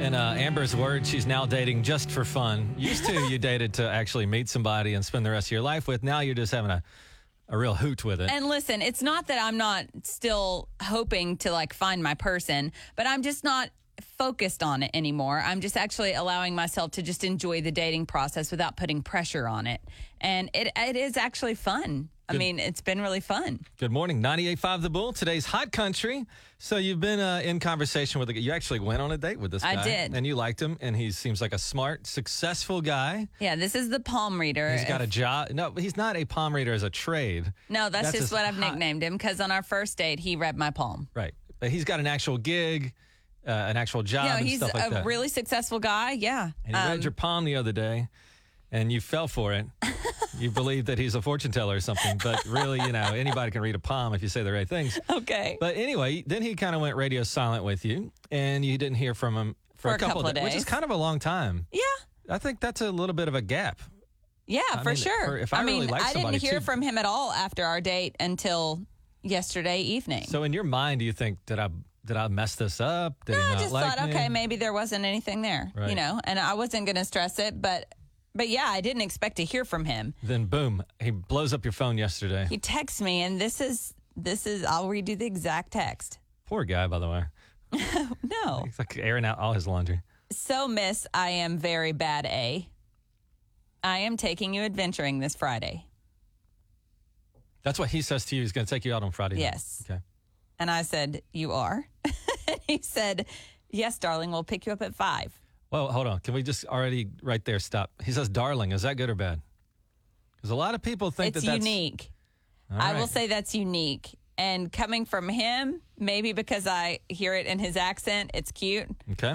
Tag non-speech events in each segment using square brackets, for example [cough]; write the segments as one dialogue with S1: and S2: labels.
S1: In uh, Amber's words, she's now dating just for fun. Used to, you dated to actually meet somebody and spend the rest of your life with. Now you're just having a, a real hoot with it.
S2: And listen, it's not that I'm not still hoping to like find my person, but I'm just not focused on it anymore. I'm just actually allowing myself to just enjoy the dating process without putting pressure on it. And it it is actually fun. I mean, it's been really fun.
S1: Good morning, 98.5 The Bull. Today's hot country. So you've been uh, in conversation with a guy. You actually went on a date with this
S2: I
S1: guy.
S2: did.
S1: And you liked him, and he seems like a smart, successful guy.
S2: Yeah, this is the palm reader.
S1: He's got a job. No, he's not a palm reader as a trade.
S2: no, that's,
S1: that's
S2: just
S1: his
S2: what I've
S1: hot-
S2: nicknamed him because on our first date, he read my palm.
S1: Right. But he's got an actual gig, uh, an actual job,
S2: no,
S1: and
S2: he's
S1: stuff like
S2: a
S1: that.
S2: really successful guy. Yeah.
S1: and he read your palm the other day, and you fell for
S2: [laughs]
S1: it. you believe that he's a fortune teller or something, but really, you know, anybody can read a palm if you say the right things.
S2: Uh, [laughs] Okay.
S1: But anyway, then he kind of went radio silent with you, and you didn't hear from him for,
S2: For a couple of
S1: da- which is
S2: days.
S1: kind of a long time.
S2: yeah.
S1: I think that's a little bit of a gap.
S2: Yeah,
S1: I
S2: for
S1: mean,
S2: sure.
S1: for- if I really
S2: mean,
S1: like
S2: I didn't
S1: somebody,
S2: hear
S1: too-
S2: from him at all after our date until yesterday evening.
S1: So in your mind, do you think did I did I mess this up? Did he
S2: I
S1: not
S2: just
S1: like
S2: thought,
S1: me?
S2: okay, maybe there wasn't anything there,
S1: Right.
S2: you know, and I wasn't going to stress it, but but yeah, I didn't expect to hear from him.
S1: Then boom, he blows up your phone yesterday.
S2: He texts me, and this is this is I'll redo the exact text.
S1: Poor guy, by the way.
S2: No,
S1: He's like airing out all his laundry.
S2: so miss, I am very bad. A, I am taking you adventuring this Friday,
S1: That's what he says to you. He's going to take you out on Friday. night.
S2: Yes.
S1: Okay.
S2: and I said you are. [laughs] and he said, yes, darling, we'll pick you up at five.
S1: Well, hold on. Can we just already right there stop? He says, "Darling," is that good or bad? Because a lot of people think
S2: it's
S1: that that's
S2: unique.
S1: All
S2: I
S1: right.
S2: will say that's unique. And coming from him, maybe because I hear it in his accent, it's cute.
S1: Okay.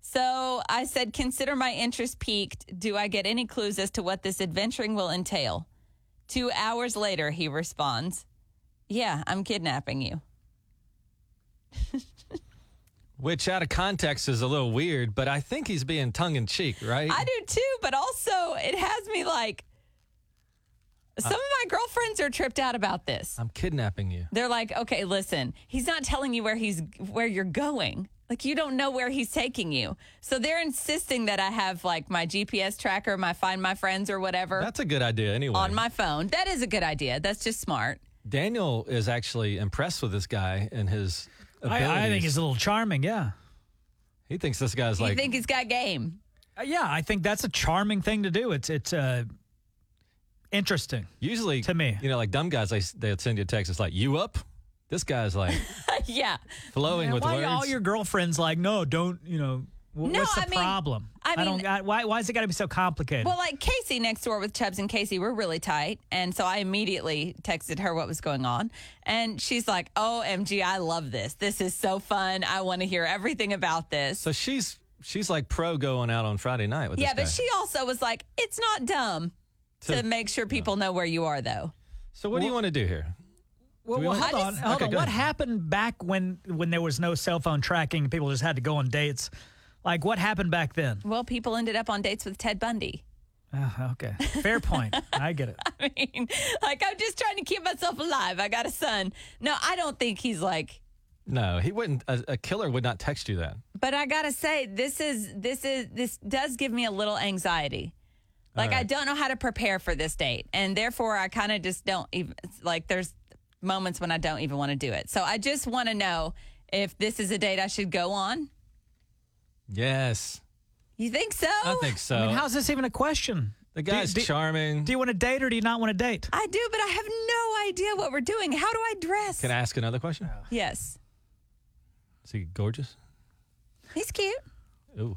S2: So I said, Consider my interest piqued. Do I get any clues as to what this adventuring will entail? Two hours later, he responds, Yeah, I'm kidnapping you.
S1: Which out of context is a little weird, but I think he's being tongue in cheek, right?
S2: I do too, but also it has me like, some of my girlfriends are tripped out about this.
S1: I'm kidnapping you.
S2: They're like, okay, listen, he's not telling you where he's where you're going. Like you don't know where he's taking you. So they're insisting that I have like my GPS tracker, my find my friends or whatever
S1: That's a good idea anyway.
S2: on my phone. That is a good idea. That's just smart.
S1: Daniel is actually impressed with this guy and his abilities.
S3: I, I think he's a little charming. Yeah.
S1: he thinks this guy's
S2: you
S1: like
S2: think he's got game. [laughs]
S3: Uh, yeah, I think that's a charming thing to do. It's it's uh, interesting.
S1: usually
S3: To me.
S1: You know, like dumb guys, they they send you a text. It's like you up. This guy's
S2: [laughs]
S1: like
S2: yeah.
S1: flowing with
S3: why
S1: words.
S3: are all your girlfriends like, no, don't you know? wh-
S2: No,
S3: what's the
S2: I mean-
S3: problem?
S2: I mean-
S3: don't. I, why why is it got to be so complicated?
S2: Well, like Casey next door with Chubbs and Casey, we're really tight. And so I immediately texted her what was going on. And she's like, OMG, I love this. This is so fun. I want to hear everything about this.
S1: so she's she's like pro going out on Friday night with
S2: Yeah,
S1: this
S2: but
S1: guy.
S2: she also was like, it's not dumb to,
S1: To-
S2: make sure people know where you are, though.
S1: so what do you want to do here?
S3: Well,
S1: Do we
S3: well,
S1: want-
S3: hold
S1: I
S3: on,
S1: just-
S3: hold
S1: Okay,
S3: on.
S1: go
S3: What
S1: ahead.
S3: happened back when when there was no cell phone tracking? People just had to go on dates. Like what happened back then?
S2: Well, people ended up on dates with Ted Bundy. [laughs]
S3: Uh, okay, [laughs] fair point. I get it.
S1: [laughs] Oh.
S2: I mean, like, I'm just trying to keep myself alive. I got a son. No, I don't think he's like,
S1: No, he wouldn't. A, a killer would not text you that.
S2: but I got to say, this is, this is, this does give me a little anxiety. Like, I don't know how to prepare for this date. And therefore, I kind of just don't even, it's like, there's moments when I don't even want to do it. So I just want to know if this is a date I should go on.
S1: Yes,
S2: You think so?
S1: I think so.
S3: I mean, how's this even a question?
S1: the
S3: Do-
S1: guy's
S3: do-
S1: charming.
S3: Do you want to date or do you not want to date?
S2: I do, but I have no idea what we're doing. How do I dress?
S1: Can I ask another question?
S2: yes.
S1: Is he gorgeous?
S2: He's cute.
S1: Ooh,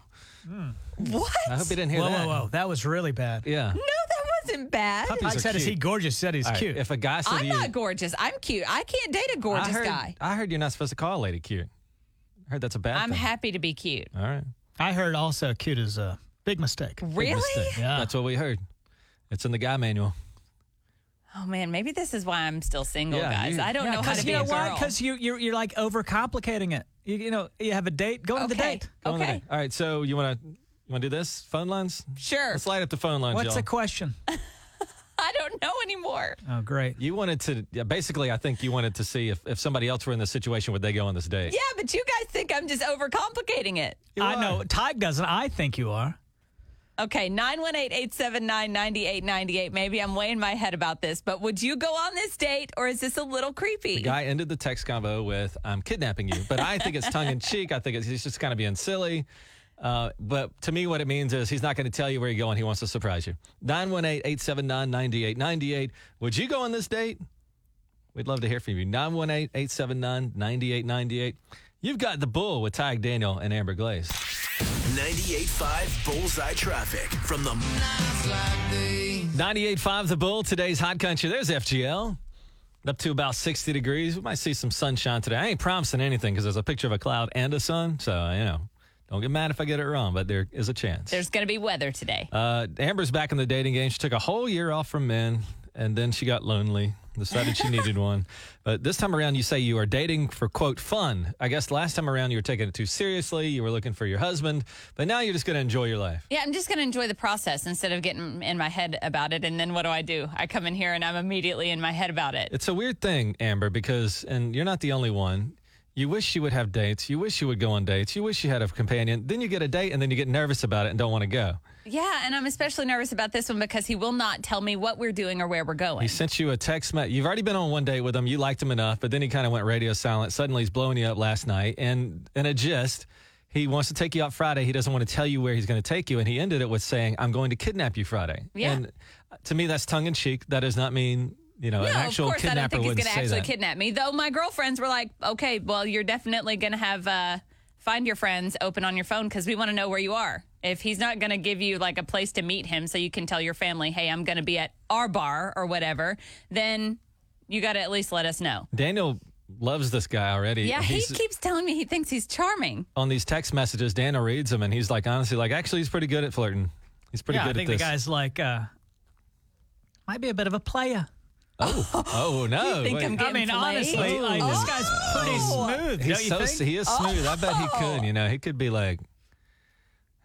S2: What?
S1: I hope he didn't hear
S3: Whoa,
S1: that.
S3: whoa, whoa! That was really bad.
S1: Yeah.
S2: No, that wasn't bad.
S1: Puppies
S3: I
S1: are
S3: said, is he
S1: cute.
S3: gorgeous? He said he's
S1: All right,
S3: cute.
S1: If a guy said to
S2: I'm
S1: you,
S2: not gorgeous. I'm cute. I can't date a gorgeous
S1: I heard,
S2: guy.
S1: I heard you're not supposed to call a lady cute. I heard that's a bad
S2: I'm
S1: thing.
S2: happy to be cute.
S1: All right.
S3: I heard also cute is a big mistake.
S1: Big
S2: Really?
S1: mistake.
S3: Yeah.
S1: That's what we heard. It's in the guy manual.
S2: Oh man, maybe this is why I'm still single,
S1: Yeah,
S2: guys.
S1: you-
S2: I don't know how to
S3: you
S2: be
S3: know
S2: a girl.
S3: Because you you're, you're like overcomplicating it. You, you know, you have a date, go on the
S2: Okay.
S3: date.
S1: Go on the
S2: Okay.
S1: date. All right. So you want to you want to do this? Phone lines?
S2: Sure.
S1: Let's light up the phone lines,
S3: What's
S1: y'all.
S3: the question?
S2: I don't know anymore.
S3: Oh, great.
S1: You wanted to yeah, basically, I think you wanted to see if, if somebody else were in this situation, would they go on this date?
S2: Yeah, but you guys think I'm just overcomplicating it.
S1: You
S3: I
S1: are.
S3: know. Tyke doesn't. I think you are.
S2: Okay, 918 879 9898. Maybe I'm way in my head about this, but would you go on this date or is this a little creepy?
S1: Guy ended the text convo with "I'm kidnapping you," but I think it's tongue in cheek. I think it's, he's just kind of being silly. Uh, but to me, what it means is he's not going to tell you where you're going. He wants to surprise you. 918-879-9898. Would you go on this date? We'd love to hear from you. 918-879-9898. You've got the bull with Tyg Daniel and Amber Glaze.
S4: 98.5 Bullseye Traffic from the
S1: 98.5 The Bull, today's hot country. There's FGL. Up to about 60 degrees. We might see some sunshine today. I ain't promising anything because there's a picture of a cloud and a sun. So, you know, don't get mad if I get it wrong, but there is a chance.
S2: There's going to be weather today.
S1: Uh, Amber's back in the dating game. She took a whole year off from men, and then she got lonely. Decided she needed one. But this time around, you say you are dating for quote fun. I guess last time around you were taking it too seriously. You were looking for your husband, but now you're just going to enjoy your life.
S2: Yeah, I'm just going to enjoy the process instead of getting in my head about it. And then what do I do? I come in here and I'm immediately in my head about it.
S1: It's a weird thing, Amber, because, and you're not the only one. You wish you would have dates. You wish you would go on dates. You wish you had a companion. Then you get a date, and then you get nervous about it and don't want to go.
S2: Yeah, and I'm especially nervous about this one because he will not tell me what we're doing or where we're going.
S1: He sent you a text. Me- You've already been on one date with him. You liked him enough, but then he kind of went radio silent. Suddenly, he's blowing you up last night, and in a gist, he wants to take you out Friday. He doesn't want to tell you where he's going to take you, and he ended it with saying, "I'm going to kidnap you Friday."
S2: Yeah.
S1: And uh, to me, that's tongue in cheek. That does not mean you know an
S2: no,
S1: actual
S2: of course, I
S1: kidnapper
S2: don't think
S1: wouldn't
S2: he's going to
S1: say
S2: actually
S1: that.
S2: kidnap me. Though my girlfriends were like, okay, well, you're definitely going to have uh, Find Your Friends open on your phone because we want to know where you are. If he's not going to give you like a place to meet him so you can tell your family, hey, I'm going to be at our bar or whatever, then you got to at least let us know.
S1: Daniel loves this guy already.
S2: Yeah, he
S1: He's-
S2: keeps telling me he thinks he's charming.
S1: on these text messages, Daniel reads them, and he's like, honestly, like actually, he's pretty good at flirting. He's pretty
S3: yeah,
S1: good
S3: I think
S1: at this.
S3: the guy's like uh, might be a bit of a player.
S2: [laughs]
S1: oh no!
S2: think
S1: wait.
S2: I'm
S3: I
S2: Getting
S3: mean,
S2: played?
S3: honestly,
S1: Oh.
S3: like this guy's pretty smooth.
S1: He's
S3: don't you
S1: so
S3: think?
S1: he is smooth. I bet he
S2: Oh.
S1: could. You know, he could be like,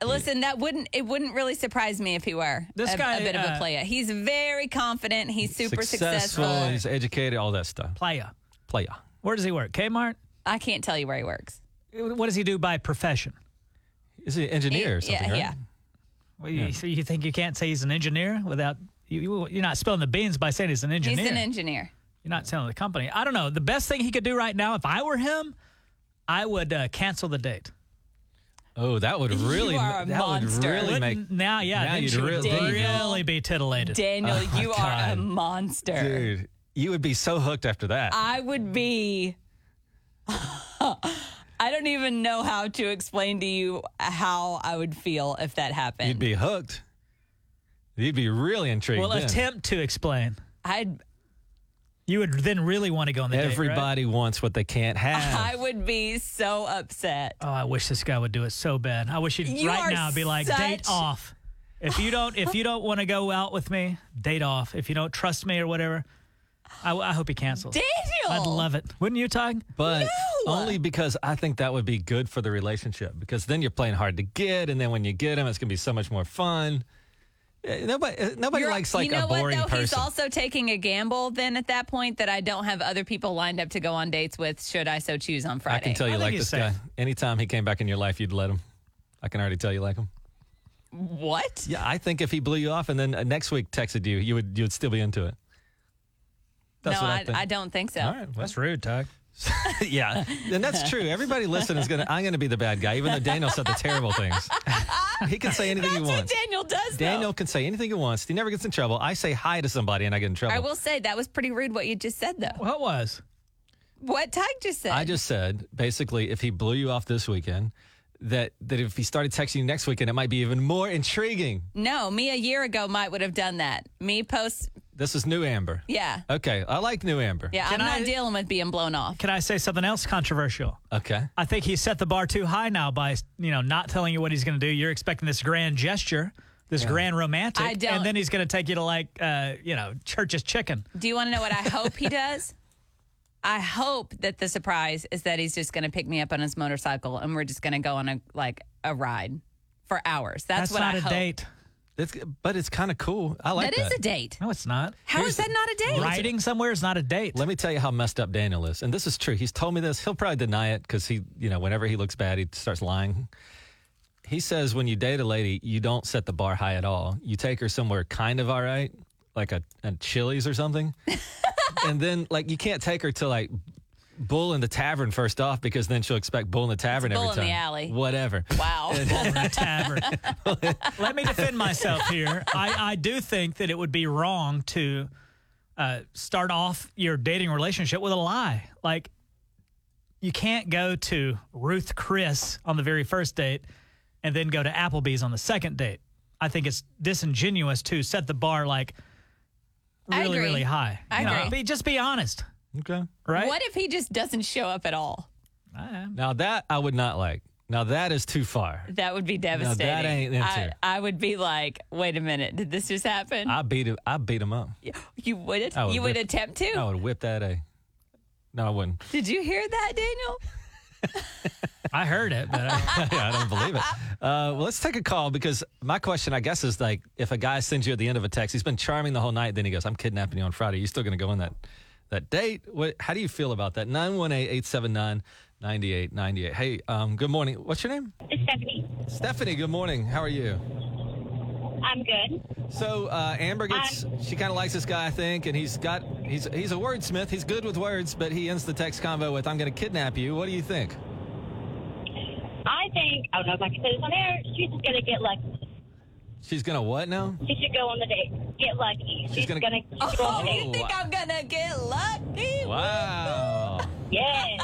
S2: Listen, that wouldn't it wouldn't really surprise me if he were
S3: This
S2: a,
S3: guy,
S2: a bit of a
S3: uh,
S2: player. He's very confident. He's super successful.
S1: He's educated, all that stuff.
S3: player.
S1: Player.
S3: Where does he work? Kmart.
S2: I can't tell you where he works.
S3: What does he do by profession?
S1: Is he an engineer or
S2: Yeah,
S1: something? right?
S2: yeah.
S3: Well, you, so you think you can't say he's an engineer without you, you? You're not spilling the beans by saying he's an engineer.
S2: He's an engineer.
S3: you're not telling the company. I don't know. The best thing he could do right now, if I were him, I would uh, cancel the date.
S1: Oh, that would really,
S2: are a
S1: that would
S2: monster.
S1: really make.
S3: Wouldn't- now, yeah,
S1: now
S3: then
S1: you'd
S3: she would
S1: really-
S3: really,
S2: Daniel.
S3: be titillated.
S2: Daniel, you are a
S1: Oh God.
S2: monster.
S1: Dude, you would be so hooked after that.
S2: I would be. [laughs] I don't even know how to explain to you how I would feel if that happened.
S1: You'd be hooked. You'd be really intrigued.
S3: well,
S1: then.
S3: attempt to explain.
S2: I'd.
S3: You would then really want to go on the date. right?
S1: Everybody wants what they can't have.
S2: [laughs] I would be so upset.
S3: Oh, I wish this guy would do it so bad. I wish he'd
S2: You
S3: right
S2: are
S3: now be like, date
S2: such-
S3: off. If you don't, if you don't want to go out with me, date off. If you don't trust me or whatever, I, I hope he cancels.
S2: Daniel,
S3: I'd love it. Wouldn't you, Tog?
S1: But
S2: No.
S1: only because I think that would be good for the relationship because then you're playing hard to get, and then when you get them, it's gonna be so much more fun. Eh, Nobody, eh, nobody
S2: You're-
S1: likes like
S2: you know
S1: a boring
S2: what, though? He's
S1: person.
S2: also taking a gamble then at that point that I don't have other people lined up to go on dates with should I so choose on Friday.
S1: I can tell you
S3: I think
S1: like
S3: he's
S1: this guy.
S3: safe.
S1: Anytime he came back in your life, you'd let him. I can already tell you like him.
S2: What?
S1: Yeah, I think if he blew you off and then uh, next week texted you, you would you would still be into it. That's
S2: no,
S1: what I,
S2: I,
S1: think.
S2: I don't think so.
S1: All right, well,
S2: [laughs]
S3: rude, Tog.
S1: yeah, and that's true. Everybody listening is gonna. I'm gonna be the bad guy, even though Daniel said the terrible things. [laughs] He can say anything he
S2: That's what
S1: wants.
S2: Daniel does. though.
S1: Daniel can say anything he wants. He never gets in trouble. I say hi to somebody and I get in trouble.
S2: I will say that was pretty rude what you just said though.
S3: What was?
S2: What Tyke just said.
S1: I just said basically if he blew you off this weekend, that that if he started texting you next weekend, it might be even more intriguing.
S2: no, me a year ago might would have done that. Me post
S1: This is new Amber.
S2: yeah.
S1: Okay, I like new Amber.
S2: Yeah,
S3: Can
S2: I'm
S3: I-
S2: not dealing with being blown off.
S3: Can I say something else controversial?
S1: Okay.
S3: I think he set the bar too high now by you know not telling you what he's going to do. You're expecting this grand gesture, this grand romantic,
S2: I don't-
S3: and then he's going to take you to like uh, you know church's chicken.
S2: Do you want to know what I hope he does? I hope that the surprise is that he's just going to pick me up on his motorcycle and we're just going to go on a like a ride for hours. That's,
S3: That's
S2: what
S3: not
S2: I
S3: a
S2: hope.
S3: date.
S1: It's, but it's kind of cool. I like
S2: that
S1: that.
S2: is a date.
S3: No, it's not.
S2: How is that not a date?
S3: Riding somewhere is not a date.
S1: Let me tell you how messed up Daniel is. And this is true. He's told me this. He'll probably deny it because he, you know, whenever he looks bad, he starts lying. He says when you date a lady, you don't set the bar high at all. You take her somewhere kind of all right, like a, a Chili's or something.
S2: [laughs]
S1: and then, like, you can't take her to, like, Bull in the Tavern first off because then she'll expect Bull in the Tavern
S2: Bull
S1: every
S2: in
S1: time.
S2: the alley.
S1: Whatever. [laughs]
S2: Wow.
S3: tavern. [laughs] Let me defend myself here. I, I do think that it would be wrong to uh, start off your dating relationship with a lie. Like, you can't go to Ruth Chris on the very first date and then go to Applebee's on the second date. I think it's disingenuous to set the bar like
S2: I
S3: really,
S2: agree.
S3: really high.
S2: I
S3: You know,
S2: agree.
S3: be- just be honest,
S1: Okay.
S3: right?
S2: [laughs] What if he just doesn't show up at all?
S3: I-
S1: Now, that I would not like. Now, that is too far.
S2: That would be devastating.
S1: ain't it,
S2: I,
S1: too.
S2: I would be like, wait a minute, did this just happen?
S1: I beat him. I beat him up.
S2: you would
S1: I would
S2: you would
S1: rip-
S2: attempt to?
S1: I would whip that a. No, I wouldn't.
S2: Did you hear that, Daniel?
S1: [laughs]
S3: I heard it, but I,
S1: yeah, I don't believe it. Uh, well, let's take a call because my question, I guess, is like if a guy sends you at the end of a text, he's been charming the whole night, then he goes, I'm kidnapping you on Friday. You still going to go on that that date? What, how do you feel about that? 918 879 9898. Hey, um, good morning. What's your name?
S5: It's Stephanie.
S1: Stephanie, good morning. How are you?
S5: I'm good.
S1: So uh, Amber gets, she kind of likes this guy, I think, and he's got, he's, he's a wordsmith. He's good with words, but he ends the text convo with, I'm going to kidnap you. What do you think?
S5: I think I don't know if I can say this on air. She's just gonna get lucky.
S1: She's going to what now?
S5: She should go on the date. Get lucky. She's,
S1: gonna- Oh.
S5: gonna, she should go on the date.
S2: Oh, you think I'm gonna get lucky?
S1: Wow.
S5: Yes.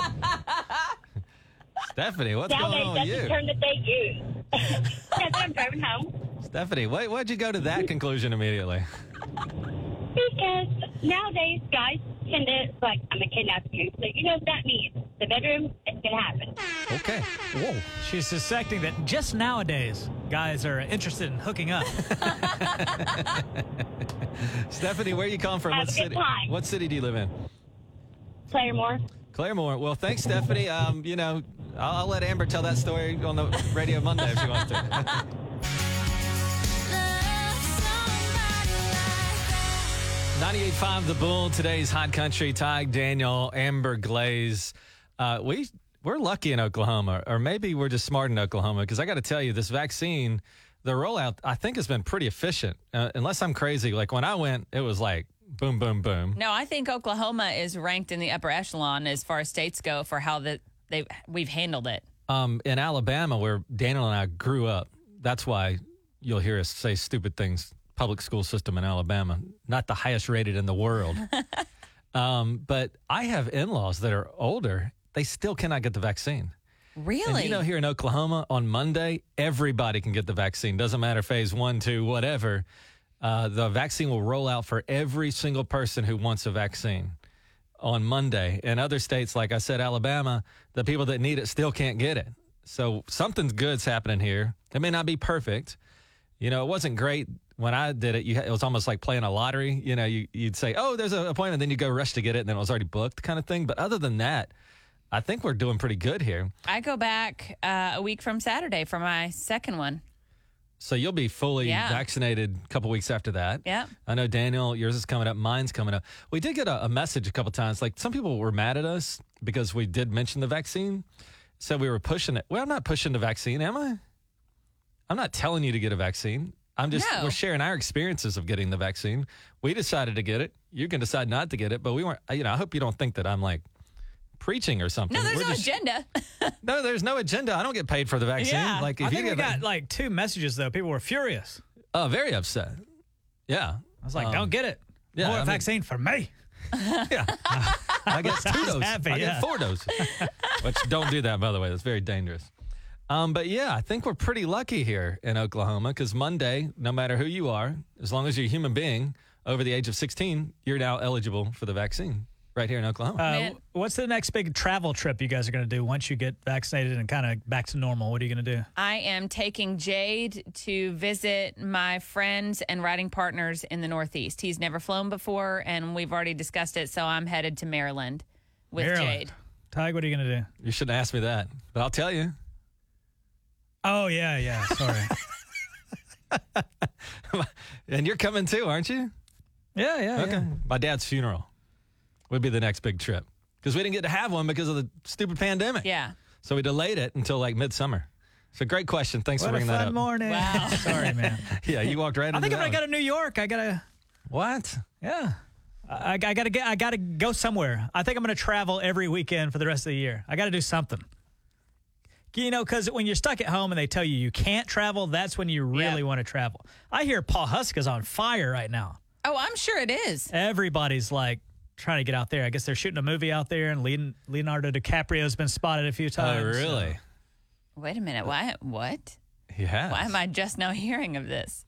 S1: Stephanie, what's going
S5: Nowadays
S1: on with
S5: that's the
S1: you?
S5: term that they use. [laughs] That's I'm driving home.
S1: Stephanie, why, why'd you go to
S5: [laughs]
S1: that conclusion immediately?
S5: Because nowadays guys tend to like I'm a kidnapper. So you know what that means. The bedroom, it's gonna happen.
S1: Okay. Whoa.
S3: she's suspecting that just nowadays guys are interested in hooking up.
S1: Stephanie, where you calling from?
S5: Have
S1: What
S5: a good
S1: city?
S5: time.
S1: What city do you live in?
S5: Claremore.
S1: Claremore. Well, thanks, Stephanie. Um, you know, I'll, I'll let Amber tell that story on the radio Monday if she wants to. [laughs]
S6: love somebody like that.
S1: 98.5 The Bull, today's Hot Country, Ty, Daniel, Amber Glaze. Uh, we, we're lucky in Oklahoma, or maybe we're just smart in Oklahoma, because I got to tell you, this vaccine, the rollout, I think has been pretty efficient. Uh, unless I'm crazy. Like when I went, it was like boom, boom, boom.
S2: No, I think Oklahoma is ranked in the upper echelon as far as states go for how that they we've handled it.
S1: um, in Alabama, where Daniel and I grew up, that's why you'll hear us say stupid things. Public school system in Alabama, not the highest rated in the world. um, but I have in laws that are older, they still cannot get the vaccine. And
S2: Really?
S1: you know, here in Oklahoma, on Monday, everybody can get the vaccine. Doesn't matter phase one, two, whatever. Uh, the vaccine will roll out for every single person who wants a vaccine on Monday. In other states, like I said, Alabama, the people that need it still can't get it. So something's good's happening here. It may not be perfect. You know, it wasn't great when I did it. You, it was almost like playing a lottery. You know, you, you'd say, "Oh, there's an appointment," then you go rush to get it, and then it was already booked, kind of thing. But other than that, I think we're doing pretty good here.
S2: I go back uh, a week from Saturday for my second one.
S1: So you'll be fully
S2: Yeah.
S1: vaccinated a couple weeks after that.
S2: Yep.
S1: I know Daniel, yours is coming up, mine's coming up. We did get a, a message a couple times. Like some people were mad at us because we did mention the vaccine. So we were pushing it. Well, I'm not pushing the vaccine, am I? I'm not telling you to get a vaccine. I'm just
S2: No.
S1: we're sharing our experiences of getting the vaccine. We decided to get it. You can decide not to get it, but we weren't you know, I hope you don't think that I'm like preaching or something.
S2: No, there's
S1: We're
S2: no
S1: just- uh,
S2: agenda. [laughs]
S1: No, there's no agenda. I don't get paid for the vaccine. Like if
S3: I
S1: you
S3: think
S1: get
S3: we
S1: the-
S3: got like two messages though. People were furious.
S1: Oh, very upset. Yeah.
S3: I was like, don't get it.
S1: Um, yeah,
S3: More
S1: I mean-
S3: vaccine for me.
S1: Yeah. I
S3: [laughs]
S1: guess two
S3: Sounds
S1: doses.
S3: happy,
S1: I
S3: yeah.
S1: get four
S3: [laughs]
S1: doses. Which don't do that, by the way. That's very dangerous. Um, but yeah, I think we're pretty lucky here in Oklahoma because Monday, no matter who you are, as long as you're a human being over the age of 16, you're now eligible for the vaccine right here in Oklahoma.
S3: Uh,
S2: Man.
S3: what's the next big travel trip you guys are going to do once you get vaccinated and kind of back to normal? What are you going to do?
S2: I am taking Jade to visit my friends and riding partners in the Northeast. He's never flown before, and we've already discussed it. So I'm headed to Maryland with
S3: Maryland.
S2: Jade.
S3: Tig, what are you going to do?
S1: you shouldn't ask me that, but I'll tell you. [laughs]
S3: Oh yeah, yeah. Sorry.
S1: and you're coming too, aren't you?
S3: Yeah, yeah.
S1: Okay.
S3: yeah.
S1: My dad's funeral would be the next big trip because we didn't get to have one because of the stupid pandemic.
S2: Yeah.
S1: So we delayed it until like midsummer. So great question. Thanks
S3: What
S1: for
S3: a
S1: bringing that
S3: fun
S1: up.
S3: morning.
S2: Wow.
S3: [laughs] Sorry,
S1: [laughs]
S3: man.
S1: Yeah, you walked right into
S3: [laughs] I think
S1: that
S3: I'm gonna
S1: one.
S3: go to New York. I gotta,
S1: What?
S3: yeah. I, I gotta get. I gotta go somewhere. I think I'm gonna travel every weekend for the rest of the year. I gotta do something. You know, because when you're stuck at home and they tell you you can't travel, that's when you really
S2: Yeah.
S3: want to travel. I hear Paul Husk is on fire right now.
S2: Oh, I'm sure it is.
S3: everybody's like trying to get out there. I guess they're shooting a movie out there, and Leon- Leonardo DiCaprio's been spotted a few
S1: Oh,
S3: times.
S1: really?
S2: Wait a minute. Why? What?
S1: He has.
S2: Why am I just now [laughs] hearing of this?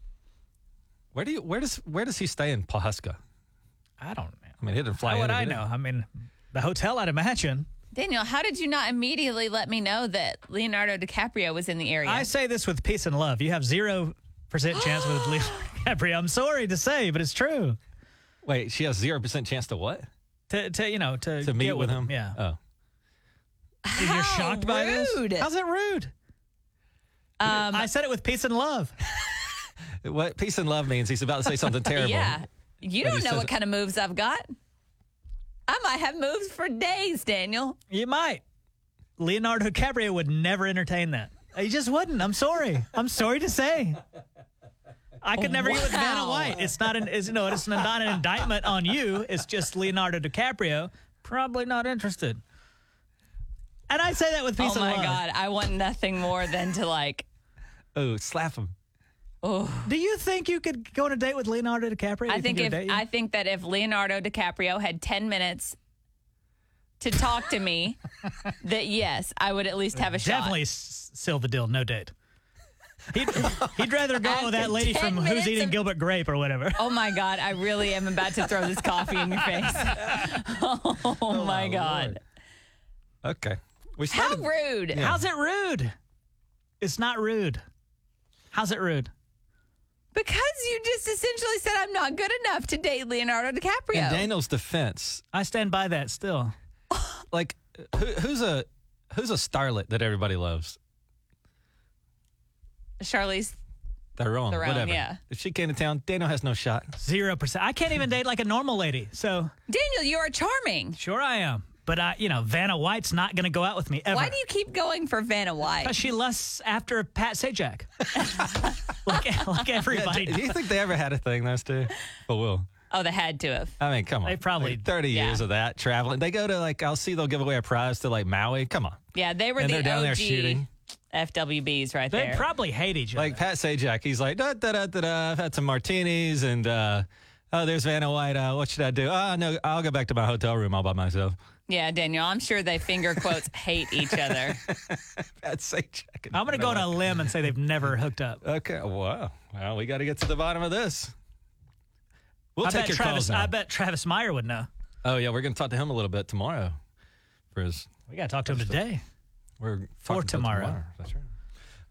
S1: Where do you? Where does? Where does he stay in Pawhuska?
S3: So, I don't know.
S1: I mean, he didn't fly.
S3: How
S1: in
S3: would
S1: if he
S3: I
S1: didn't.
S3: know? I mean, the hotel I'd imagine.
S2: Daniel, how did you not immediately let me know that Leonardo DiCaprio was in the area?
S3: I say this with peace and love. You have zero percent
S1: [gasps]
S3: chance with Leonardo DiCaprio. I'm sorry to say, but it's true.
S1: Wait, she has zero percent chance to what?
S3: To, to you know to,
S1: To meet
S3: get
S1: with him?
S3: Yeah.
S1: Oh,
S3: You're shocked by
S2: rude.
S3: this? How's it rude?
S2: Um,
S3: I said it with peace and love.
S1: what peace and love means? He's about to say something
S3: [laughs]
S1: terrible.
S2: yeah. You
S1: he
S2: don't know
S1: says-
S2: what kind of moves I've got. I might have moves for days, Daniel.
S3: You might. Leonardo DiCaprio would never entertain that. He just wouldn't. I'm sorry. I'm sorry to say. I could never get with Vanna
S2: Wow.
S3: White. It's not an is no, it's not an indictment on you. It's just Leonardo DiCaprio probably not interested. And I say that with peace
S2: oh my
S3: and love.
S2: God. I want nothing more than to like,
S1: Oh, slap him.
S3: Do you think you could go on a date with Leonardo DiCaprio?
S2: I
S3: You
S2: think
S3: he would
S2: if
S3: date you?
S2: I think that if Leonardo DiCaprio had 10 minutes to talk to me, that yes, I would at least have a
S3: definitely
S2: shot.
S3: s- seal the deal, no date. He'd, he'd rather
S2: [laughs]
S3: go
S2: After
S3: with that lady
S2: 10
S3: from Who's
S2: minutes
S3: Eating
S2: of-
S3: Gilbert Grape or whatever.
S2: Oh my God, I really am about to throw this coffee in your face. [laughs] Oh, my God.
S1: Okay. We
S2: How
S1: started.
S2: rude.
S3: How's it rude? It's not rude. How's it rude?
S2: Because you just essentially said I'm not good enough to date Leonardo DiCaprio.
S1: in Daniel's defense,
S3: I stand by that still.
S1: like who, who's a who's a starlet that everybody loves?
S2: Charlize,
S1: They're wrong.
S2: Theron,
S1: Whatever.
S2: yeah.
S1: If she came to town, Daniel has no shot.
S3: Zero percent. I can't even date like a normal lady. So
S2: Daniel, you are charming.
S3: sure I am. But I, you know, Vanna White's not going to go out with me ever.
S2: Why do you keep going for Vanna White?
S3: Because she lusts after
S2: [laughs]
S3: Pat Sajak. like, like [laughs] everybody.
S1: Do you think they ever had a thing, those
S3: [laughs]
S1: two? But will.
S2: Oh, they had to have.
S1: I mean, come on.
S3: They probably-
S1: Like, thirty
S2: yeah.
S1: years of that traveling. They go to like I'll see they'll give away a prize to like Maui. Come on.
S2: Yeah, they were
S1: And
S2: the
S1: they're down
S2: OG
S1: there shooting.
S2: FWBs right
S3: they
S2: there.
S3: probably hate each other.
S1: Like Pat Sajak, he's like da da da da da. I've had some martinis and uh, oh, there's Vanna White. Uh, what should I do? Oh no, I'll go back to my hotel room all by myself. [laughs]
S2: yeah, Daniel, I'm sure they finger quotes hate each other.
S1: Pat Sajak. and
S3: I'm going to go on
S1: Vanna
S3: a limb and say they've never hooked up.
S1: White. Okay. Wow. Well, we got to get to the bottom of this. We'll
S3: I
S1: take
S3: bet
S1: your
S3: Travis.
S1: calls now.
S3: I bet Travis Meyer would know.
S1: Oh yeah, we're gonna talk to him a little bit tomorrow. For his,
S3: We got to talk to him today.
S1: we're talking to
S3: tomorrow.
S1: That's right.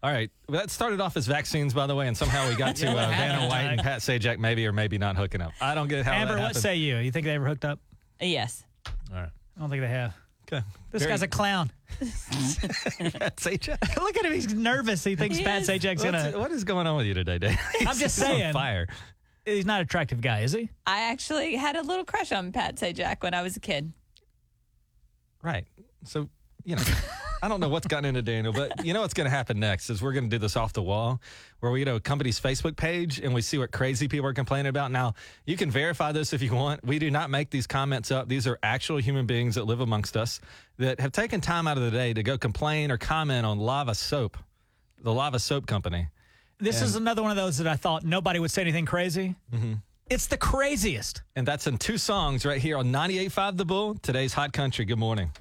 S1: All right. Well, that started off as vaccines, by the way, and somehow we [laughs] got to uh, Vanna White and Pat Sajak, maybe or maybe not hooking up. I don't get how
S3: Amber,
S1: that
S3: what
S1: happened.
S3: say you? You think they ever hooked up?
S2: yes.
S1: All right.
S3: I don't think they have.
S1: Okay.
S3: This
S1: Very-
S3: guy's a clown.
S1: Pat [laughs] Sajak.
S3: Look at him. He's nervous. He thinks Pat Sajak's going
S1: What's-
S3: to.
S1: What is going on with you today, Dave?
S3: I'm
S1: [laughs]
S3: just
S1: He's on
S3: saying.
S1: Fire.
S3: He's not an attractive guy, is he?
S2: I actually had a little crush on Pat Sajak when I was a kid.
S1: Right. So, you know, I don't know what's gotten into Daniel, but you know what's going to happen next is we're going to do this off the wall where we go to a company's Facebook page and we see what crazy people are complaining about. Now, you can verify this if you want. We do not make these comments up. These are actual human beings that live amongst us that have taken time out of the day to go complain or comment on Lava Soap, the Lava Soap Company.
S3: This is another one of those that I thought nobody would say anything crazy. Mm-hmm. It's the craziest.
S1: And that's in two songs right here on 98.5 The Bull, today's Hot Country. Good morning.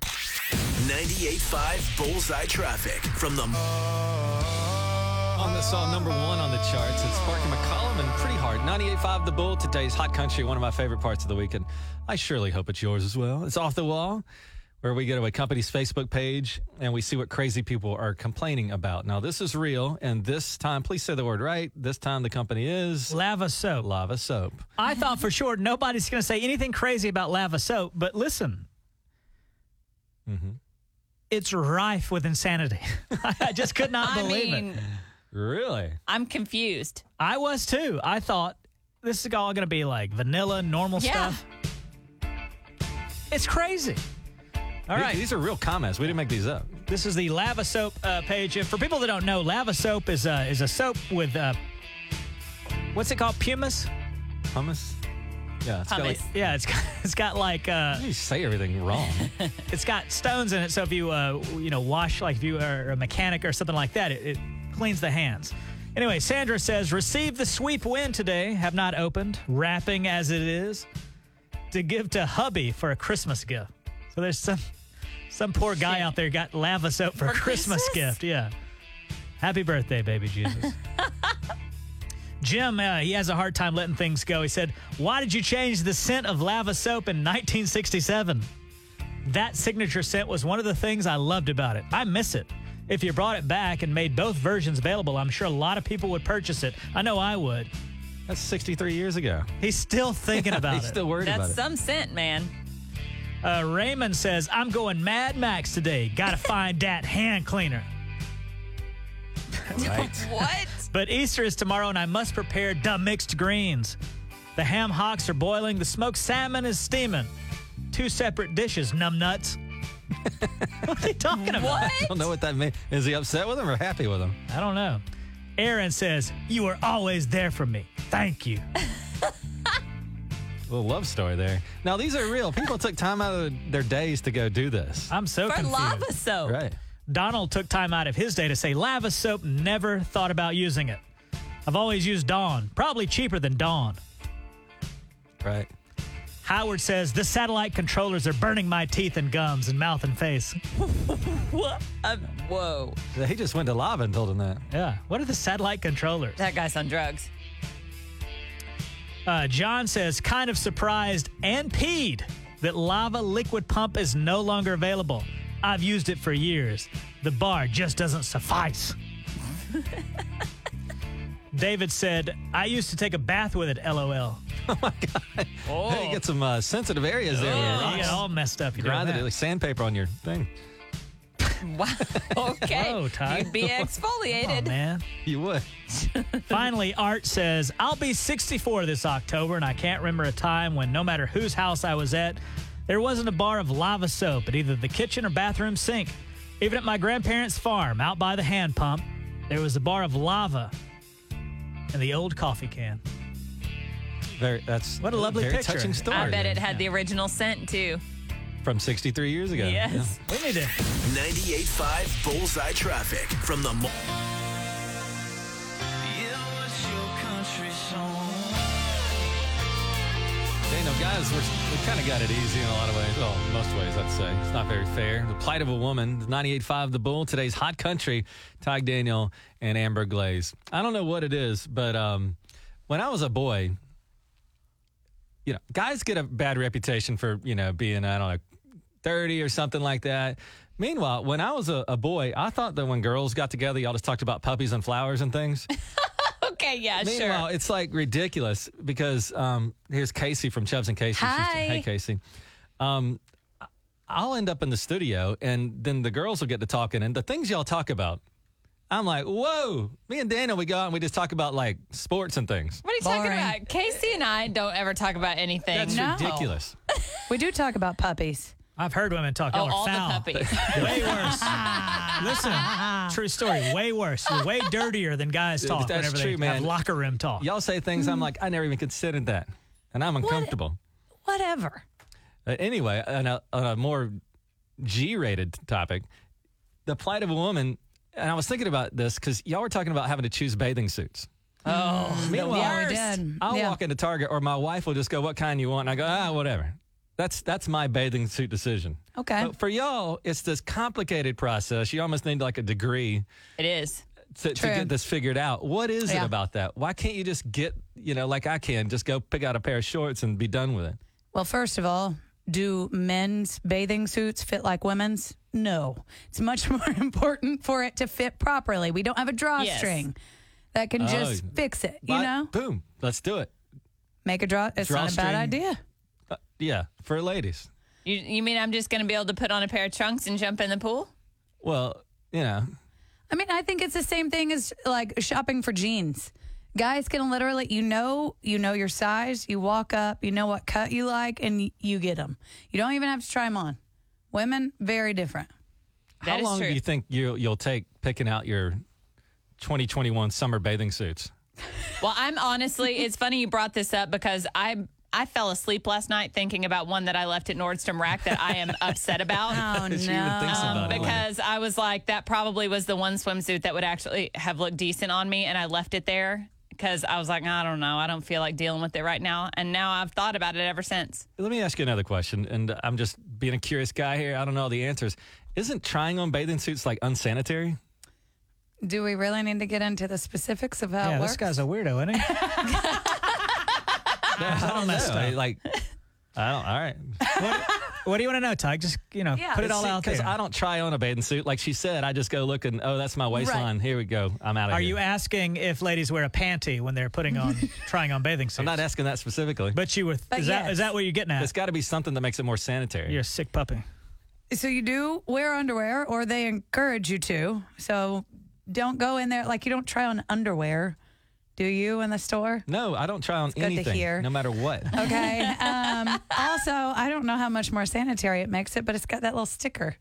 S4: 98.5 Bullseye Traffic from the
S1: On this song, number one on the charts, it's Sparky McCollum and Pretty Hard. 98.5 The Bull, today's Hot Country, one of my favorite parts of the weekend. I surely hope it's yours as well. It's Off the Wall, where we go to a company's Facebook page and we see what crazy people are complaining about. Now, this is real, and this time, please say the word right. This time, the company is
S3: Lava soap.
S1: Lava Soap.
S3: I thought for sure nobody's going to say anything crazy about lava soap, but listen. It's rife with insanity. [laughs] I just could not
S2: I
S3: believe
S2: mean,
S3: it.
S1: Really?
S2: I'm confused.
S3: I was too. I thought this is all going to be like vanilla, normal
S2: Yeah.
S3: stuff. It's crazy. All
S1: These-
S3: right.
S1: These are real comments. We didn't make these up.
S3: This is the lava soap uh, page. And For people that don't know, lava soap is a, is a soap with uh, what's it called? Pumice.
S1: Hummus? Yeah. It's Got like,
S2: Hummus.
S3: Yeah, it's [laughs] got, it's got like uh,
S1: you say everything
S3: [laughs]
S1: wrong.
S3: it's got stones in it. So if you uh, you know wash like if you are a mechanic or something like that, it, it cleans the hands. Anyway, Sandra says receive the sweep win today. Have not opened wrapping as it is to give to hubby for a Christmas gift. So there's some some poor guy out there got lava soap for, a
S2: For
S3: Christmas,
S2: Christmas?
S3: gift. Yeah. Happy birthday, baby Jesus. Jim, uh, he has a hard time letting things go. He said, Why did you change the scent of lava soap in 1967? That signature scent was one of the things I loved about it. I miss it. If you brought it back and made both versions available, I'm sure a lot of people would purchase it. I know I would.
S1: That's 63 years ago.
S3: He's still thinking about
S1: He's
S3: it.
S1: still worried
S2: That's
S1: about it.
S2: some scent, man.
S1: [laughs]
S3: Uh, Raymond says, I'm going Mad Max today. Gotta find that hand cleaner.
S1: Right.
S2: What?
S3: But Easter is tomorrow, and I must prepare the mixed greens. The ham hocks are boiling, the smoked salmon is steaming. Two separate dishes, numbnuts. [laughs] what are you talking about?
S2: What?
S1: I don't know what that means. Is he upset with him or happy with him?
S3: I don't know. Aaron says, You are always there for me. Thank you.
S1: little love story there. Now, these are real. People took time out of their days to go do this.
S3: I'm so
S2: [laughs] For
S3: confused.
S2: lava soap.
S1: Right.
S3: Donald took time out of his day to say lava soap never thought about using it. I've always used Dawn, probably cheaper than Dawn.
S1: Right.
S3: Howard says the satellite controllers are burning my teeth and gums and mouth and face.
S2: What? Um, whoa.
S1: He just went to lava and told him that.
S3: Yeah, what are the satellite controllers?
S2: That guy's on drugs.
S3: Uh, John says kind of surprised and peed that lava liquid pump is no longer available. I've used it for years. The bar just
S1: [laughs]
S3: doesn't suffice. David said, I used to take a bath with it, lol.
S1: Hey, you get some uh, sensitive areas there.
S3: You get all messed up. You
S1: Grinded it
S3: know
S1: like sandpaper on your thing.
S2: Wow. [laughs] Okay.
S3: Whoa, Ty.
S2: You'd
S1: [laughs]
S2: be exfoliated.
S3: Oh, man.
S1: You would.
S3: Finally, Art says, I'll be 64 this October, and I can't remember a time when, no matter whose house I was at, there wasn't a bar of lava soap at either the kitchen or bathroom sink. Even at my grandparents' farm, out by the hand pump, there was a bar of lava in the old coffee can.
S1: Very, that's
S3: What a lovely
S1: very
S3: picture.
S1: touching story.
S2: I bet it had the original scent too.
S1: From 63 years ago. Yeah.
S2: Yes.
S3: We need to.
S4: 98.5 Bullseye Traffic from the Mo-
S1: Daniel, guys, we're, we kind of got it easy in a lot of ways. Well, most ways, I'd say. It's not very fair. The plight of a woman, 98.5 The Bull, today's hot country, Ty Daniel and Amber Glaze. I don't know what it is, but um, when I was a boy, you know, guys get a bad reputation for, you know, being, I don't know, 30 or something like that. Meanwhile, when I was a, a boy, I thought that when girls got together, y'all just talked about puppies and flowers and things.
S2: Okay, yeah,
S1: Meanwhile,
S2: sure.
S1: it's like ridiculous because um, here's Casey from Chubbs and Casey. She's-
S2: Hi.
S1: hey, Casey. Um, I- I'll end up in the studio, and then the girls will get to talking, and the things y'all talk about. I'm like, whoa! Me and Daniel, we go out and we just talk about like sports and things.
S2: What are you talking about? Casey and I don't ever talk about anything.
S1: That's
S2: no.
S1: ridiculous.
S7: We do talk about puppies.
S3: I've heard women talk.
S2: Oh,
S3: Y'all are
S2: all
S3: foul.
S2: the puppies.
S3: [laughs] Way worse.
S2: [laughs]
S3: Listen, true story. Way worse. Way dirtier than guys talk.
S1: That's
S3: whenever
S1: true,
S3: they
S1: man.
S3: Have locker room talk.
S1: Y'all say things I'm like, I never even considered that, and I'm uncomfortable.
S7: Whatever.
S1: Uh, anyway, on a, on a more G-rated topic, the plight of a woman, and I was thinking about this because y'all were talking about having to choose bathing suits. Oh, meanwhile,
S7: Yeah, we
S2: Worst.
S7: did.
S1: I'll
S7: yeah.
S1: walk into Target, or my wife will just go, "What kind you want?" And I go, "Ah, whatever." That's that's my bathing suit decision.
S7: Okay.
S1: But for y'all, it's this complicated process. You almost need like a degree
S2: It is.
S1: to, to
S7: True.
S1: get this figured out. What is it
S7: Yeah.
S1: about that? Why can't you just get, you know, like I can, just go pick out a pair of shorts and be done with it?
S7: Well, first of all, do men's bathing suits fit like women's? No. It's much [laughs] more important for it to fit properly. We don't have a drawstring that can just
S1: Oh.
S7: fix it, you
S1: Buy-
S7: know?
S1: boom, let's do it.
S7: Make a draw. It's not a bad
S1: Drawstring.
S7: idea.
S1: Uh, yeah, for ladies.
S2: You, you mean I'm just going to be able to put on a pair of trunks and jump in the pool?
S1: Well, you know,
S7: I mean, I think it's the same thing as like shopping for jeans. Guys can literally, you know, you know your size. You walk up, you know what cut you like, and y- you get them. You don't even have to try them on. Women,
S1: [laughs]
S7: very different.
S2: That
S1: How
S2: is
S1: long
S2: true.
S1: do you think you, you'll take picking out your 2021 summer bathing suits?
S2: [laughs] Well, I'm honestly, it's funny you brought this up because I I fell asleep last night thinking about one that I left at Nordstrom Rack that I
S1: [laughs]
S2: am upset about.
S7: Oh
S1: She even thinks
S7: no!
S1: about it.
S2: Um, Because I was like, that probably was the one swimsuit that would actually have looked decent on me, and I left it there because I was like, I don't know, I don't feel like dealing with it right now. And now I've thought about it ever since.
S1: Let me ask you another question, and I'm just being a curious guy here. I don't know the answers. Isn't trying on bathing suits like unsanitary?
S7: Do we really need to get into the specifics of how
S3: yeah,
S7: it
S3: this
S7: works?
S3: guy's a weirdo,
S2: [laughs]
S3: isn't he?
S1: I don't
S3: messed
S1: know.
S3: up.
S1: Like, I don't. All right.
S3: what do you want to know, Tug? Just you know,
S7: Yeah,
S3: put it all out
S1: Because
S3: there.
S1: I don't try on a bathing suit. Like she said, I just go looking. Oh, that's my waistline. Here we go. I'm out of
S3: Are
S1: here.
S3: you asking if ladies wear a panty when they're putting on trying on bathing suits?
S1: I'm not asking that specifically. But
S3: But you were.
S7: But
S3: is that
S7: yes.
S3: is that what you're getting at?
S1: it's got to be something that makes it more sanitary.
S3: You're a sick puppy.
S7: So you do wear underwear, or they encourage you to. So don't go in there like you don't try on underwear, do you in the store?
S1: No, I don't try on
S7: to
S1: anything,
S7: hear.
S1: no matter
S3: [laughs]
S1: what.
S2: [laughs]
S7: Okay. Um, also, I don't know how much more sanitary it makes it, but it's got that little sticker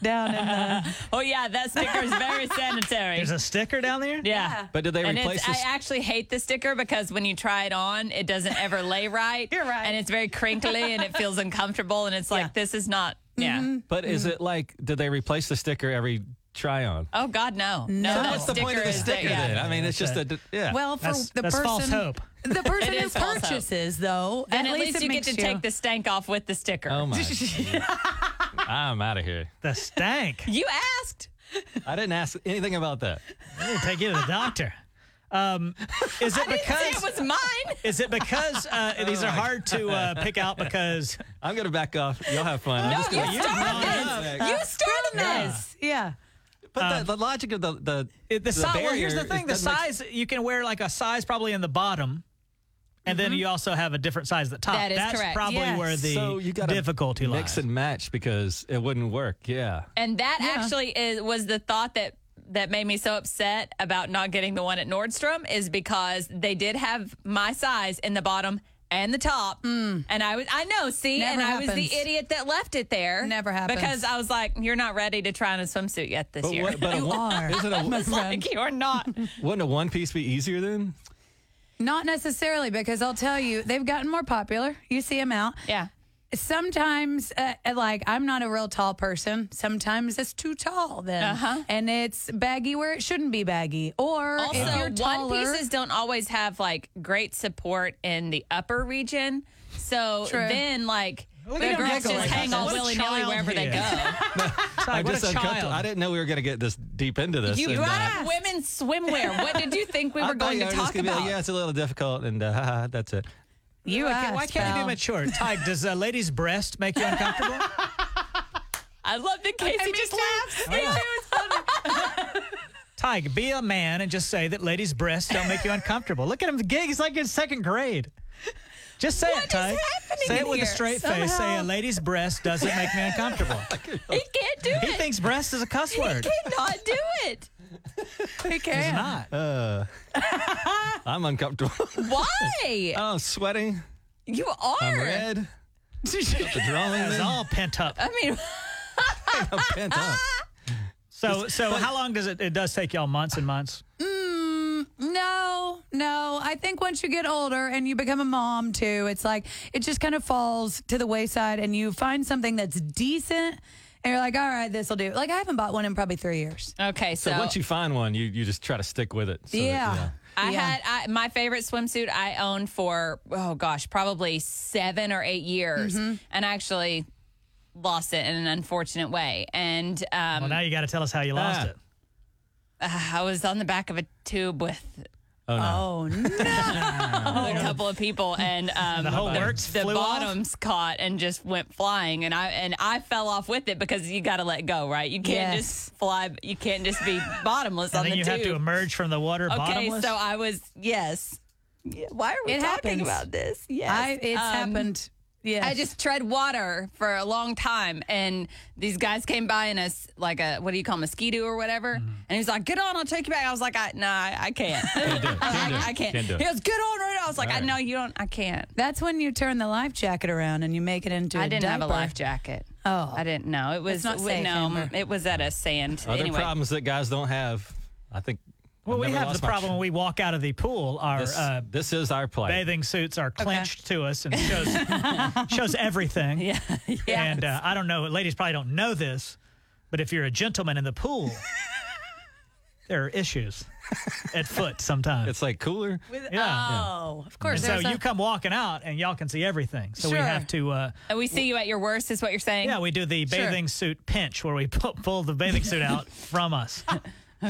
S7: down
S2: [laughs]
S7: in the.
S2: Oh, yeah, that sticker is very sanitary.
S3: There's a sticker down there.
S2: yeah.
S1: But did they
S2: and
S1: replace
S2: it's,
S1: this?
S2: I actually hate the sticker because when you try it on, it doesn't ever lay right.
S7: You're right.
S2: And it's very crinkly and it feels uncomfortable. And it's like, this is not, yeah.
S1: but is it like? Did they replace the sticker every try on?
S3: Uh,
S2: Oh, God, no. No,
S1: So
S2: that
S1: what's the point of the
S2: is that-
S1: sticker
S2: yeah.
S1: then? I mean, it's just a d- yeah.
S7: Well, for
S3: That's-
S7: the
S3: that's
S7: person,
S3: false hope.
S7: the
S2: [laughs]
S7: person
S2: It
S7: who
S2: is false hope.
S7: purchases, though,
S2: Then at, least,
S7: it
S2: you get
S7: makes
S2: to take the stank off with the sticker.
S1: oh
S3: [laughs]
S1: my! I'm out of here.
S3: The stank.
S2: You asked.
S1: I didn't ask anything about that.
S3: I need to take you to the doctor. Um, is it
S2: It
S3: because?
S2: was mine.
S3: Is it because uh, these
S1: Oh
S3: are hard to uh, pick out because
S1: I'm gonna back off. Y'all have fun.
S3: Oh,
S1: I'm
S2: No,
S1: just gonna
S2: you
S3: [laughs]
S2: started
S1: Yeah.
S2: this.
S7: [laughs]
S2: You started this.
S7: Yeah.
S1: But the, the logic of the the,
S3: it, the, size? Well, here's the
S1: barrier,
S3: thing:
S1: it
S3: the
S1: doesn't make-
S3: size you can wear like a size probably in the bottom, and then you also have a different size at the top.
S2: That is
S3: That's
S2: correct.
S3: probably
S7: Yes.
S3: where the
S1: so you got
S3: difficulty
S1: mix
S3: lies.
S1: and match because it wouldn't work. Yeah.
S2: And that actually is, was the thought that that made me so upset about not getting the one at Nordstrom is because they did have my size in the bottom and the top, and I was I know see,
S7: Hmm. Never
S2: and I was
S7: happens.
S2: the idiot that left it there.
S7: Never happens.
S2: because I was like, you're not ready to try on a swimsuit yet this
S1: But
S2: year. [laughs]
S1: what, but a, one-
S7: are.
S1: Isn't a,
S2: It's like you're not.
S1: wouldn't a one piece be easier then?
S7: Not necessarily, because I'll tell you, they've gotten more popular. You see them out.
S2: Yeah.
S7: sometimes uh, like i'm not a real tall person sometimes it's too tall then
S2: Uh-huh.
S7: and it's baggy where it shouldn't be baggy or
S2: Also,
S7: if you're taller,
S2: one pieces don't always have like great support in the upper region, so
S7: True.
S2: then like
S3: Look
S2: the
S3: at him
S2: girls just
S3: giggling.
S2: hang all
S3: What a
S2: willy nilly
S3: child
S2: wherever they
S3: he
S2: go.
S3: is.
S1: I'm
S3: what
S1: just
S3: a
S1: uncomfortable.
S3: child.
S1: I didn't know we were gonna get this deep into this.
S2: You
S1: and, uh,
S2: brought up women's swimwear. What did you think
S1: [laughs]
S2: we
S1: I
S2: were
S1: thought
S2: going
S1: you were
S2: to
S1: just
S2: talk
S1: gonna be
S2: about?
S1: Like, yeah, it's a little difficult, and uh, [laughs] haha, that's it.
S7: you
S3: Why
S7: asked,
S3: can't, why can't you
S7: pal.
S3: be mature? Tyke, does a lady's breast make you
S2: [laughs]
S3: uncomfortable?
S2: I love that Casey just laughs.
S3: Tyke, be a man and just say that ladies' breasts don't make you uncomfortable. Look at him gig. He's like in second grade. Just say it, Tyke.
S2: happening
S3: Say it with a
S2: here?
S3: straight face. Say a lady's breast doesn't make
S2: [laughs]
S3: me uncomfortable.
S2: He can't do
S3: he
S2: it.
S3: thinks breast is a cuss word.
S2: He cannot do
S3: [laughs]
S2: it.
S7: Who cares?
S3: It's not.
S1: Uh, I'm uncomfortable. [laughs]
S2: Why?
S1: oh, I'm sweating.
S2: you are.
S1: I'm red. Got the drawing
S3: It's
S1: in.
S3: all pent up.
S2: I mean, [laughs]
S1: I'm pent up.
S3: So, so how long does it? It does take y'all months and months.
S7: No, no. I think once you get older and you become a mom too, it's like it just kind of falls to the wayside and you find something that's decent and you're like, all right, this will do. Like I haven't bought one in probably three years.
S2: okay, so,
S1: So once you find one, you you just try to stick with it. So that,
S7: Yeah.
S2: I
S7: Yeah.
S2: had I, my favorite swimsuit I owned for oh gosh, probably seven or eight years,
S3: Mm-hmm.
S2: and I actually lost it in an unfortunate way. And um,
S3: Well, now you got to tell us how you lost
S1: Ah.
S3: it.
S2: I was on the back of a tube with
S7: Oh no.
S2: a couple of
S3: [laughs]
S2: people, and um,
S3: Oh. The whole works
S2: the
S3: flew off?
S2: bottoms caught and just went flying and i and i fell off with it because you got to let go right you can't
S7: Yes.
S2: just fly you can't just
S3: [laughs]
S2: be bottomless
S3: And
S2: on
S3: then
S2: the
S3: you
S2: tube
S3: have to emerge from the water
S2: okay
S3: bottomless.
S2: so i was yes Yeah, why are we
S7: It
S2: talking
S7: happens.
S2: about this yes
S7: I, it's
S2: Um,
S7: happened. Yes.
S2: I just tread water for a long time, and these guys came by in a s- like a what do you call 'em, mosquito or whatever, and he was like, "Get on, I'll take you back." I was like, "I no, I, I can't.
S1: do
S2: [laughs]
S1: it. Mm-hmm. Can't do
S2: I,
S1: it.
S2: I can't."
S1: Can't do it.
S2: He goes, "Get on right now." I was like,
S1: All
S2: "I
S1: right.
S2: know you don't. I can't."
S7: That's when you turn the life jacket around and you make it into. I
S2: I didn't have a
S7: diaper.
S2: life jacket.
S7: Oh.
S2: I didn't know. It was
S7: That's not safe,
S2: no,
S7: Amber.
S2: it was at a sand.
S1: Other
S2: anyway, [laughs]
S1: problems that guys don't have, I think. I've
S3: Well, we
S1: never
S3: have the
S1: lost my-
S3: problem when we walk out of the pool. Our
S1: This,
S3: uh,
S1: this is our play.
S3: bathing suits are clenched to
S2: [laughs]
S3: us and shows shows everything. Yeah, And uh, I don't know, ladies probably don't know this, but if you're a gentleman in the
S2: [laughs]
S3: pool, there are issues at foot sometimes.
S1: It's like cooler.
S3: yeah.
S7: Oh, of course.
S3: And so
S7: there's
S3: you
S7: a-
S3: come walking out and y'all can see everything. So we
S7: Sure.
S3: have to. Uh,
S2: And we see you at your worst, is what you're saying.
S3: yeah, we do the
S7: Sure.
S3: bathing suit pinch where we pull, pull the bathing
S2: [laughs]
S3: suit out from us.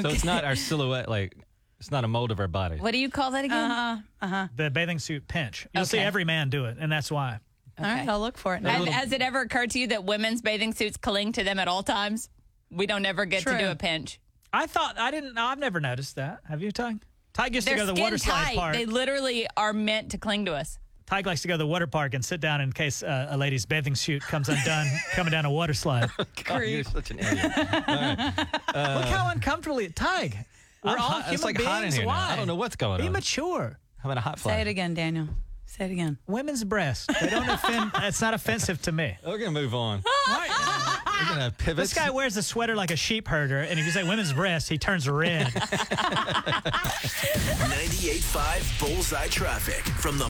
S1: So it's
S3: [laughs]
S1: not our silhouette, like, it's not a mold of our body.
S2: What do you call that again?
S1: Uh-huh.
S3: The bathing suit pinch. You'll see
S2: Okay.
S3: every man do it, and that's why.
S7: All right, I'll look for it.
S2: Have, has it ever occurred to you that women's bathing suits cling to them at all times? We don't ever get
S7: True.
S2: to do a pinch.
S3: I thought I didn't. I've never noticed that. Have you, Ty? Ty used
S2: They're
S3: to go to the
S2: skin
S3: water slide
S2: tight.
S3: park.
S2: They literally are meant to cling to us.
S3: Tyke likes to go to the water park and sit down in case uh, a lady's bathing suit comes undone
S1: [laughs]
S3: coming down a water slide.
S1: God, Oh, you're such an
S3: [laughs]
S1: idiot.
S3: Look how uncomfortable it Tyke. We're
S1: I'm
S3: all
S1: hot-
S3: human
S1: it's like
S3: beings.
S1: hot in here now.
S3: Why?
S1: I don't know Oh. what's going
S3: Be
S1: on.
S3: mature.
S1: I'm in a hot
S7: Say
S1: flash.
S7: it again, Daniel. Say it again.
S3: Women's breasts. They don't
S1: [laughs]
S3: offend. It's not offensive to me.
S1: We're going to move on. We're going to pivot.
S3: [laughs] This guy wears a sweater like a sheep herder, and if you say women's breasts, he turns red.
S4: 98.5 Bullseye Traffic from the